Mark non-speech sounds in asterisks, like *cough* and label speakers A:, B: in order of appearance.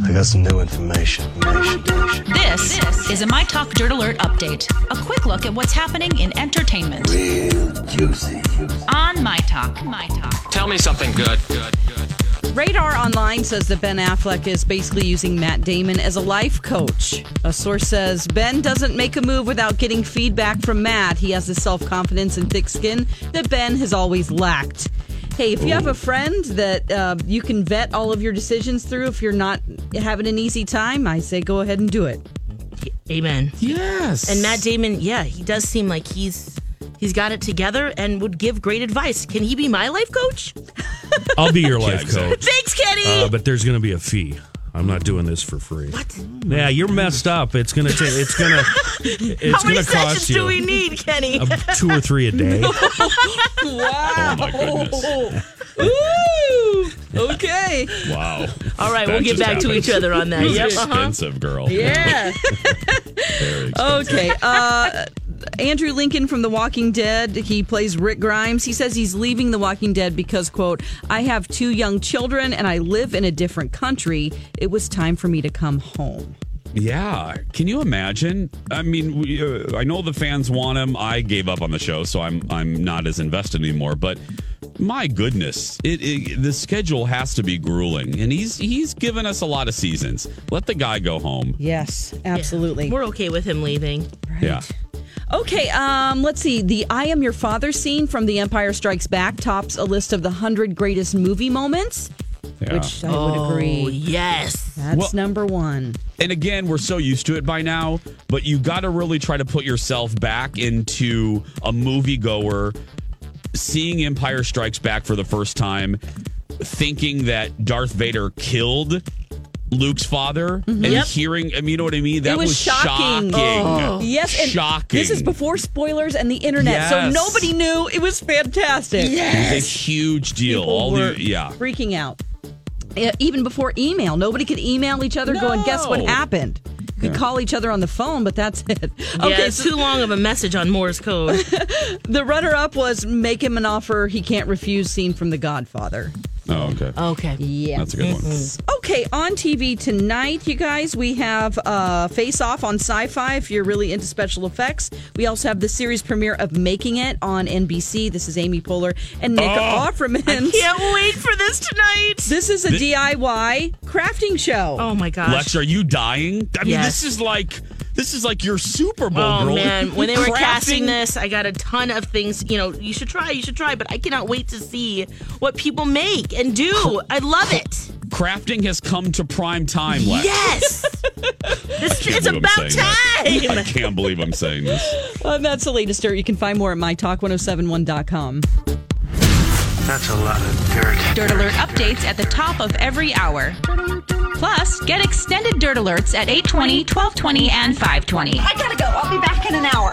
A: I got some new information. information, information.
B: This, is a My Talk Dirt Alert update. A quick look at what's happening in entertainment
C: Real juicy.
B: on My Talk. My Talk.
D: Tell me something good. Good. Good.
E: Radar Online says that Ben Affleck is basically using Matt Damon as a life coach. A source says Ben doesn't make a move without getting feedback from Matt. He has the self confidence and thick skin that Ben has always lacked. Hey, if you have a friend that uh, you can vet all of your decisions through, if you're not having an easy time, I say go ahead and do it.
F: Amen.
G: Yes.
F: And Matt Damon, yeah, he does seem like he's he's got it together and would give great advice. Can he be my life coach?
G: *laughs* I'll be your life coach.
F: Thanks, Kenny.
G: Uh, but there's going to be a fee. I'm not doing this for free. What? Yeah, you're messed up. It's going to take. It's going to.
F: *laughs*
G: It's
F: How many
G: going to
F: sessions
G: cost you
F: do we need,
G: *laughs*
F: Kenny?
G: uh, two or three
F: *laughs*
G: a day.
E: Wow.
H: *laughs* My goodness.
E: *laughs*
F: Oh.
E: Ooh. Okay.
H: Wow.
F: All right,
H: That
F: we'll get
H: just
F: back to
H: happened.
F: each other on that. Yep. Uh-huh.
H: Expensive girl.
F: Yeah. Oh.
H: Very expensive.
E: Okay. Uh, Andrew Lincoln from The Walking Dead. He plays Rick Grimes. He says he's leaving The Walking Dead because, quote, I have two young children and I live in a different country. It was time for me to come home.
H: Yeah. Can you imagine? I mean, we, uh, I know the fans want him. I gave up on the show, so I'm I'm not as invested anymore. But my goodness, it, it the schedule has to be grueling, and he's he's given us a lot of seasons. Let the guy go home.
E: Yes, absolutely.
F: We're okay with him leaving.
H: Yeah.
E: Okay, um, let's see. The I Am Your Father scene from The Empire Strikes Back tops a list of the 100 greatest movie moments,
H: Yeah.
E: which I would
F: Oh,
E: agree.
F: yes.
E: That's
H: Well-
E: number one.
H: and again, we're so used to it by now, but you got to really try to put yourself back into a moviegoer seeing Empire Strikes Back for the first time, thinking that Darth Vader killed Luke's father, and
F: Yep.
H: hearing, I mean, you know what I mean? That
E: Mm-hmm. was shocking. Oh.
H: shocking. Oh.
E: Yes, and
H: shocking.
E: this is before spoilers and the internet, so
H: Yes.
E: nobody knew. It was fantastic.
H: It was a huge deal.
E: People
H: All
E: were
H: the yeah.
E: freaking out. E- Even before email, nobody could email each other going, "Guess what
H: No.
E: happened." You could call each other on the phone, but that's *laughs* it.
F: Yeah,
E: Okay,
F: it's
E: so
F: too long of a message on
E: *laughs*
F: Morse code.
E: the runner-up was "Make him an offer he can't refuse" scene from The Godfather.
H: Oh, okay.
F: Okay.
E: Yeah,
H: That's a good one.
E: Okay, on TV tonight, you guys, we have uh, Face Off on Sci Fi if you're really into special effects. We also have the series premiere of Making It on NBC. This is Amy Poehler and Nick Offerman.
F: *laughs* Can't wait for this tonight.
E: This is a DIY crafting show.
F: Oh my gosh.
H: Lex, are you dying? I mean,
F: Yes.
H: this is like this is like your Super Bowl
F: Oh
H: girl.
F: man, when they were casting
H: Crafting-
F: this, I got a ton of things. You know, you should try, you should try, but I cannot wait to see what people make and do. I love it.
H: crafting has come to prime time, Lex.
F: Yes, it's,
H: I
F: it's
H: *laughs* can't believe I'm
F: about
H: saying that. I
F: time.
H: can't believe I'm saying this.
E: Well, Uh, that's the latest dirt. You can find more at mytalk1071.com.
A: That's a lot of dirt.
B: Dirt Alert updates at the top of every hour. Plus, get extended Dirt Alerts at 820, 1220, and 520.
I: I gotta go. I'll be back in an hour.